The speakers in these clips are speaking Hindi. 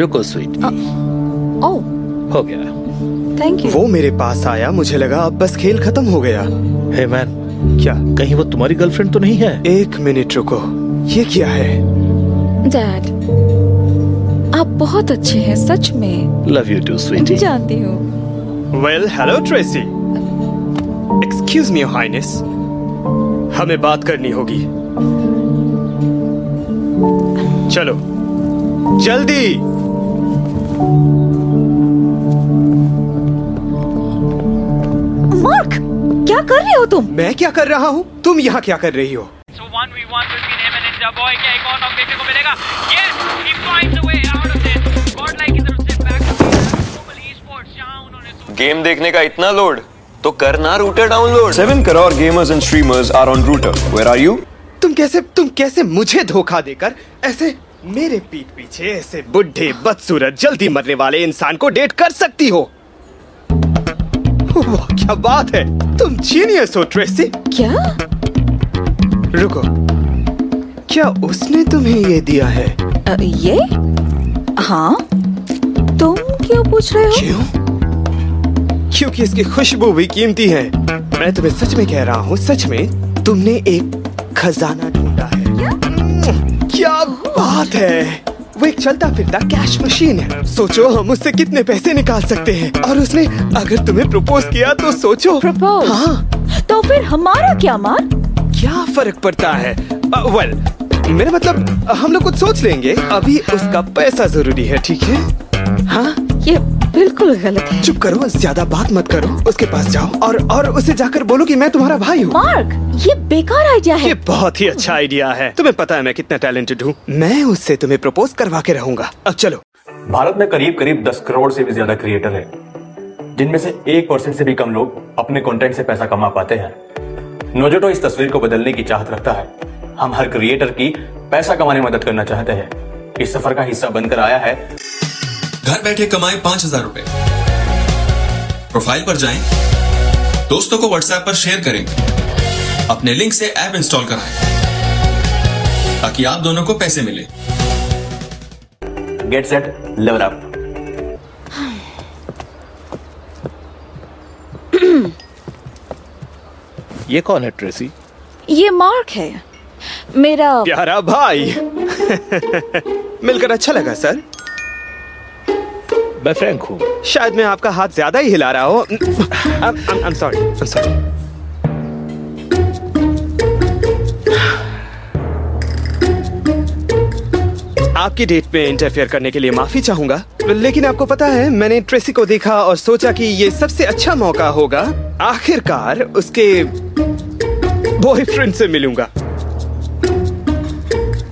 रुको स्वीट ओह हो गया थैंक यू वो मेरे पास आया मुझे लगा अब बस खेल खत्म हो गया हे मैन क्या कहीं वो तुम्हारी गर्लफ्रेंड तो नहीं है एक मिनट रुको ये क्या है डैड आप बहुत अच्छे हैं सच में लव यू टू स्वीटी जानती हूँ well hello Tracy excuse me highness हमें बात करनी होगी चलो जल्दी मार्क क्या कर रहे हो तुम मैं क्या कर रहा हूँ तुम यहाँ क्या कर रही हो So one v one between him and Ninja Boy. क्या एक और नॉक देखने को मिलेगा? Yes, he finds a way out of this. Godlike is a step back to the global esports जहां उन्होंने गेम देखने का इतना लोड तो करना router download 7 crore gamers and streamers are on router where are you तुम कैसे तुम कैसे मुझे धोखा देकर ऐसे मेरे पीठ पीछे ऐसे बुढ़े बदसूरत जल्दी मरने वाले इंसान को डेट कर सकती हो वाह क्या बात है तुम जीनियस हो ट्रेसी क्या रुको क्या उसने तुम्हें ये दिया है अ, ये हाँ तुम क्यों पूछ रहे हो क्यों क्योंकि इसकी खुशबू भी कीमती है मैं तुम्हें सच में कह रहा हूँ सच में तुमने एक खजाना ढूंढा है क्या बात है वो एक चलता फिरता कैश मशीन है सोचो हम उससे कितने पैसे निकाल सकते हैं और उसने अगर तुम्हें प्रपोज किया तो सोचो हाँ, प्रपोज तो फिर हमारा क्या मार्क क्या फर्क पड़ता है वेल मेरा मतलब हम लोग कुछ सोच लेंगे अभी उसका पैसा जरूरी है ठीक है हाँ ये बिल्कुल गलत है चुप करो ज्यादा बात मत करो उसके पास जाओ और और उसे जाकर बोलो कि मैं तुम्हारा भाई हूँ मार्क ये बेकार आइडिया है ये बहुत ही अच्छा आइडिया है तुम्हें पता है मैं कितना टैलेंटेड हूँ मैं उससे तुम्हें प्रपोज करवा के रहूंगा अब चलो भारत में करीब करीब 10 करोड़ से भी ज्यादा क्रिएटर हैं, जिनमें से एक परसेंट से भी कम लोग अपने कंटेंट से पैसा कमा पाते हैं नोजोटो इस तस्वीर को बदलने की चाहत रखता है हम हर क्रिएटर की पैसा कमाने में मदद करना चाहते हैं इस सफर का हिस्सा बनकर आया है घर बैठे कमाएं पांच हजार रूपए प्रोफाइल पर जाएं, दोस्तों को व्हाट्सएप पर शेयर करें अपने लिंक से ऐप इंस्टॉल कराएं ताकि आप दोनों को पैसे मिले गेट सेट लेवल अप ये कौन है ट्रेसी ये मार्क है मेरा प्यारा भाई मिलकर अच्छा लगा सर मैं फ्रैंक हूँ शायद मैं आपका हाथ ज्यादा ही हिला रहा हूँ सॉरी सॉरी आपकी डेट में इंटरफेयर करने के लिए माफी चाहूंगा लेकिन आपको पता है मैंने ट्रेसी को देखा और सोचा कि ये सबसे अच्छा मौका होगा आखिरकार उसके बॉयफ्रेंड से मिलूंगा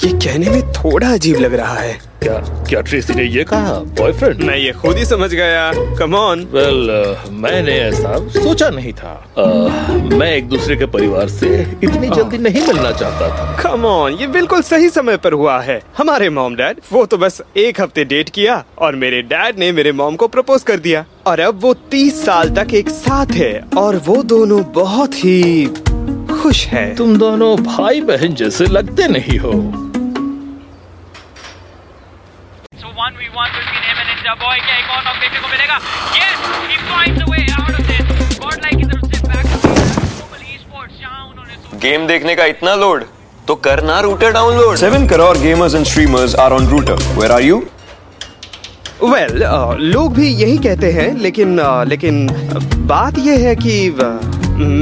ये कहने में थोड़ा अजीब लग रहा है क्या क्या ट्रेसी ने ये कहा बॉयफ्रेंड मैं ये खुद ही समझ गया कम ऑन वेल uh, मैंने ऐसा सोचा नहीं था अह, मैं एक दूसरे के परिवार से इतनी जल्दी नहीं मिलना चाहता था कम ऑन ये बिल्कुल सही समय पर हुआ है हमारे मॉम डैड वो तो बस एक हफ्ते डेट किया और मेरे डैड ने मेरे मॉम को प्रपोज कर दिया और अब वो तीस साल तक एक साथ है और वो दोनों बहुत ही खुश हैं तुम दोनों भाई बहन जैसे लगते नहीं हो So one v one between him and Ninja Boy. क्या एक और नॉक देखने को मिलेगा? Yes, he finds a way out of this. Godlike is a step back to the global esports जहां उन्होंने गेम देखने का इतना लोड तो करना router download 7 crore gamers and streamers are on router where are you well well, लोग भी यही कहते हैं लेकिन अ, लेकिन अ, बात यह है कि अ,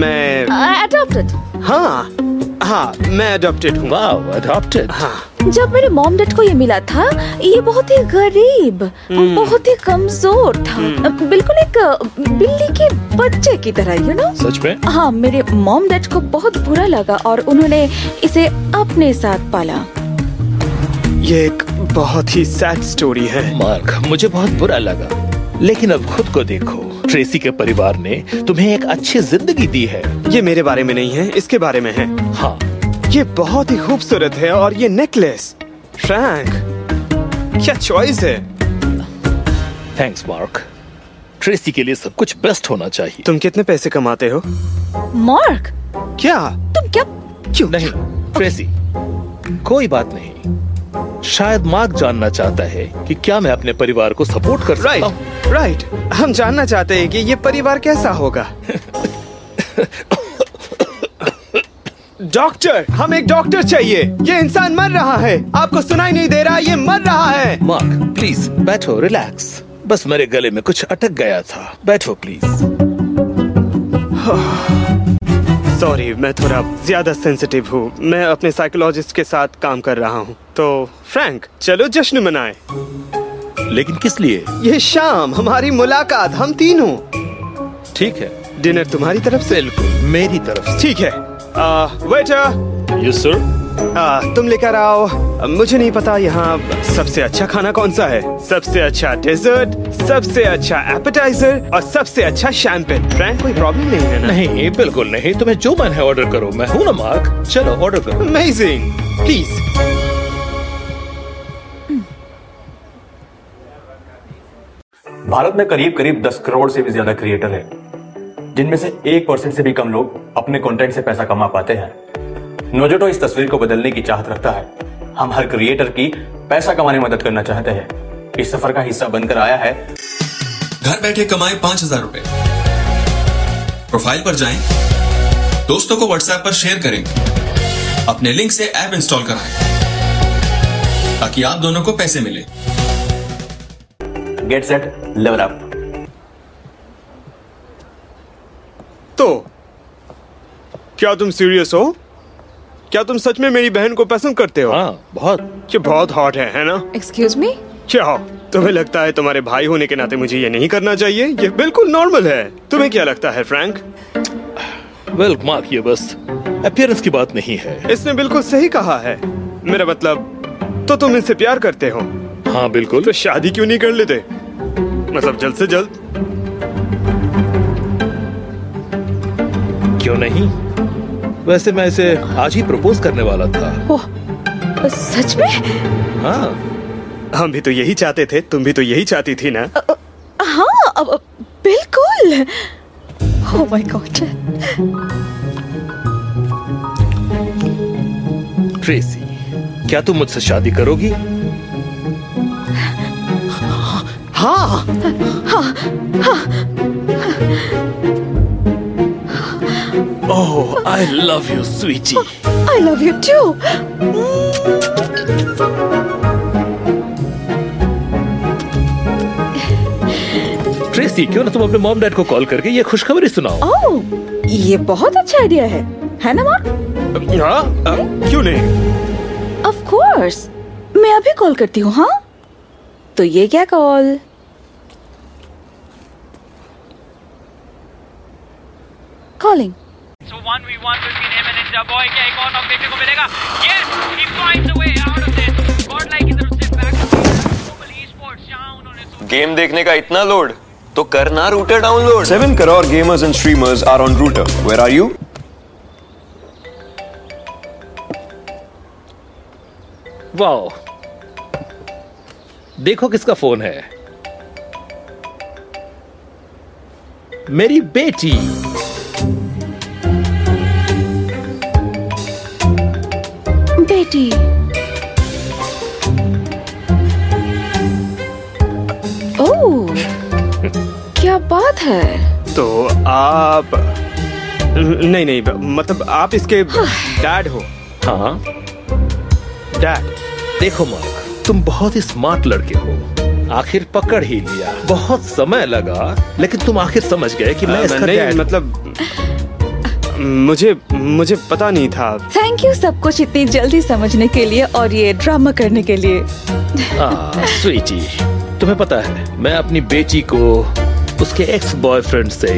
मैं अडॉप्टेड हाँ हाँ मैं अडॉप्टेड हूँ हाँ, वाह अडॉप्टेड जब मेरे मॉम डैड को ये मिला था ये बहुत ही गरीब बहुत ही कमजोर था बिल्कुल एक बिल्ली के बच्चे की तरह यू नो सच में हाँ मेरे मॉम डैड को बहुत बुरा लगा और उन्होंने इसे अपने साथ पाला ये एक बहुत ही सैड स्टोरी है मार्क मुझे बहुत बुरा लगा लेकिन अब खुद को देखो ट्रेसी के परिवार ने तुम्हें एक अच्छी जिंदगी दी है ये मेरे बारे में नहीं है इसके बारे में है हाँ ये बहुत ही खूबसूरत है और ये नेकलेस फ्रैंक क्या चॉइस है थैंक्स मार्क ट्रेसी के लिए सब कुछ बेस्ट होना चाहिए तुम कितने पैसे कमाते हो मार्क क्या तुम क्या क्यों नहीं ट्रेसी कोई बात नहीं शायद मार्क जानना चाहता है कि क्या मैं अपने परिवार को सपोर्ट कर सकता हूँ राइट राइट हम जानना चाहते हैं कि ये परिवार कैसा होगा डॉक्टर हम एक डॉक्टर चाहिए ये इंसान मर रहा है आपको सुनाई नहीं दे रहा ये मर रहा है मार्क प्लीज बैठो रिलैक्स बस मेरे गले में कुछ अटक गया था बैठो प्लीज सॉरी मैं थोड़ा ज्यादा सेंसिटिव हूँ मैं अपने साइकोलॉजिस्ट के साथ काम कर रहा हूँ तो फ्रैंक चलो जश्न मनाएं लेकिन किस लिए ये शाम हमारी मुलाकात हम तीनों ठीक है डिनर तुम्हारी तरफ से बिल्कुल मेरी तरफ से ठीक है आ, वेटर यस सर आ, तुम लेकर आओ मुझे नहीं पता यहाँ सबसे अच्छा खाना कौन सा है सबसे अच्छा डेजर्ट सबसे अच्छा एपेटाइजर और सबसे अच्छा शैम्पेन फ्रैंक कोई प्रॉब्लम नहीं है ना नहीं बिल्कुल नहीं तुम्हें जो मन है ऑर्डर करो मैं हूं ना मार्क चलो ऑर्डर करो अमेजिंग प्लीज भारत में करीब करीब 10 करोड़ से भी ज्यादा क्रिएटर हैं, जिनमें से एक परसेंट से भी कम लोग अपने कंटेंट से पैसा कमा पाते हैं नोजोटो इस तस्वीर को बदलने की चाहत रखता है हम हर क्रिएटर की पैसा कमाने में मदद करना चाहते हैं इस सफर का हिस्सा बनकर आया है घर बैठे कमाए पांच हजार रुपए प्रोफाइल पर जाएं, दोस्तों को व्हाट्सएप पर शेयर करें अपने लिंक से ऐप इंस्टॉल कराएं ताकि आप दोनों को पैसे मिले गेट सेट लेवल अप तो क्या तुम सीरियस हो क्या तुम सच में मेरी बहन को पसंद करते हो हाँ बहुत ये बहुत हॉट है है ना एक्सक्यूज मी क्या तुम्हें लगता है तुम्हारे भाई होने के नाते मुझे ये नहीं करना चाहिए ये बिल्कुल नॉर्मल है तुम्हें क्या लगता है फ्रैंक वेल मार्क ये बस अपियरेंस की बात नहीं है इसने बिल्कुल सही कहा है मेरा मतलब तो तुम इनसे प्यार करते हो हाँ बिल्कुल तो शादी क्यों नहीं कर लेते मतलब जल्द से जल्द क्यों नहीं वैसे मैं इसे आज ही प्रपोज करने वाला था ओह सच में हाँ हम भी तो यही चाहते थे तुम भी तो यही चाहती थी ना हाँ अब अब- बिल्कुल Oh oh my god Tracy क्या तुम मुझसे शादी करोगी हाँ ओह I love you sweetie I love you too Mm, Tracy क्यों ना तुम अपने मॉम डैड को कॉल करके ये खुशखबरी सुनाओ ओह oh, ये बहुत अच्छा आइडिया है है ना मार्क हाँ अ, क्यों नहीं ऑफ कोर्स मैं अभी कॉल करती हूँ हाँ तो ये क्या call calling So 1v1 between him and Ninja Boy. क्या एक और knock देखने को मिलेगा? Yes! He finds a way out of this. Godlike is the sit back. Global esports down on his own. Game देखने का इतना लोड तो करना router download seven crore gamers and streamers are on router where are you वाह देखो किसका फोन है मेरी बेटी बेटी ओह Oh. क्या बात है तो आप नहीं नहीं मतलब आप इसके डैड हो हाँ डैड देखो मार्क तुम बहुत ही स्मार्ट लड़के हो आखिर पकड़ ही लिया बहुत समय लगा लेकिन तुम आखिर समझ गए कि मैं अ, इसका नहीं dad हूं। मतलब मुझे मुझे पता नहीं था थैंक यू सब कुछ इतनी जल्दी समझने के लिए और ये ड्रामा करने के लिए आ, स्वीटी हाँ, तुम्हें पता है मैं अपनी बेटी को उसके एक्स बॉयफ्रेंड से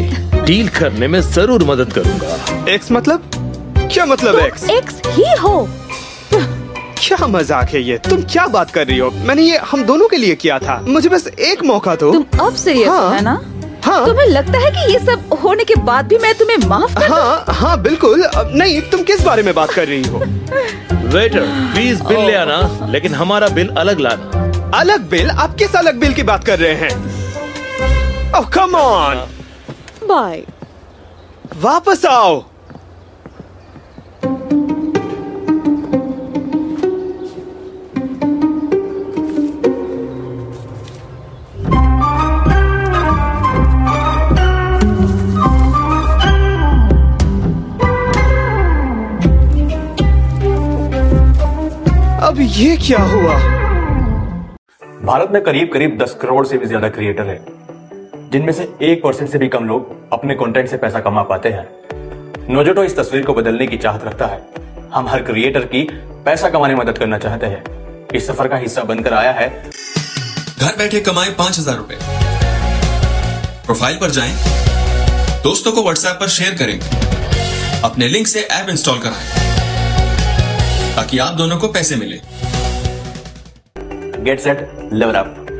डील करने में जरूर मदद करूंगा एक्स मतलब क्या मतलब एक्स एक्स ही हो Oh. क्या मजाक है ये तुम क्या बात कर रही हो मैंने ये हम दोनों के लिए किया था मुझे बस एक मौका दो तुम अब सीरियस हो हाँ। है ना हाँ तुम्हें लगता है कि ये सब होने के बाद भी मैं तुम्हें माफ कर हाँ हाँ बिल्कुल अब नहीं तुम किस बारे में बात कर रही हो वेटर प्लीज बिल ले आना लेकिन हमारा बिल अलग लाना अलग बिल आप किस अलग बिल की बात कर रहे हैं Oh, oh come on bye वापस आओ अब ये क्या हुआ भारत में करीब करीब 10 करोड़ से भी ज्यादा क्रिएटर हैं जिनमें से एक परसेंट से भी कम लोग अपने कंटेंट से पैसा कमा पाते हैं नोजोटो इस तस्वीर को बदलने की चाहत रखता है हम हर क्रिएटर की पैसा कमाने में मदद करना चाहते हैं इस सफर का हिस्सा बनकर आया है घर बैठे कमाए पांच हजार रुपए प्रोफाइल पर जाएं, दोस्तों को व्हाट्सएप पर शेयर करें अपने लिंक से ऐप इंस्टॉल कराएं ताकि आप दोनों को पैसे मिले गेट सेट लेवल अप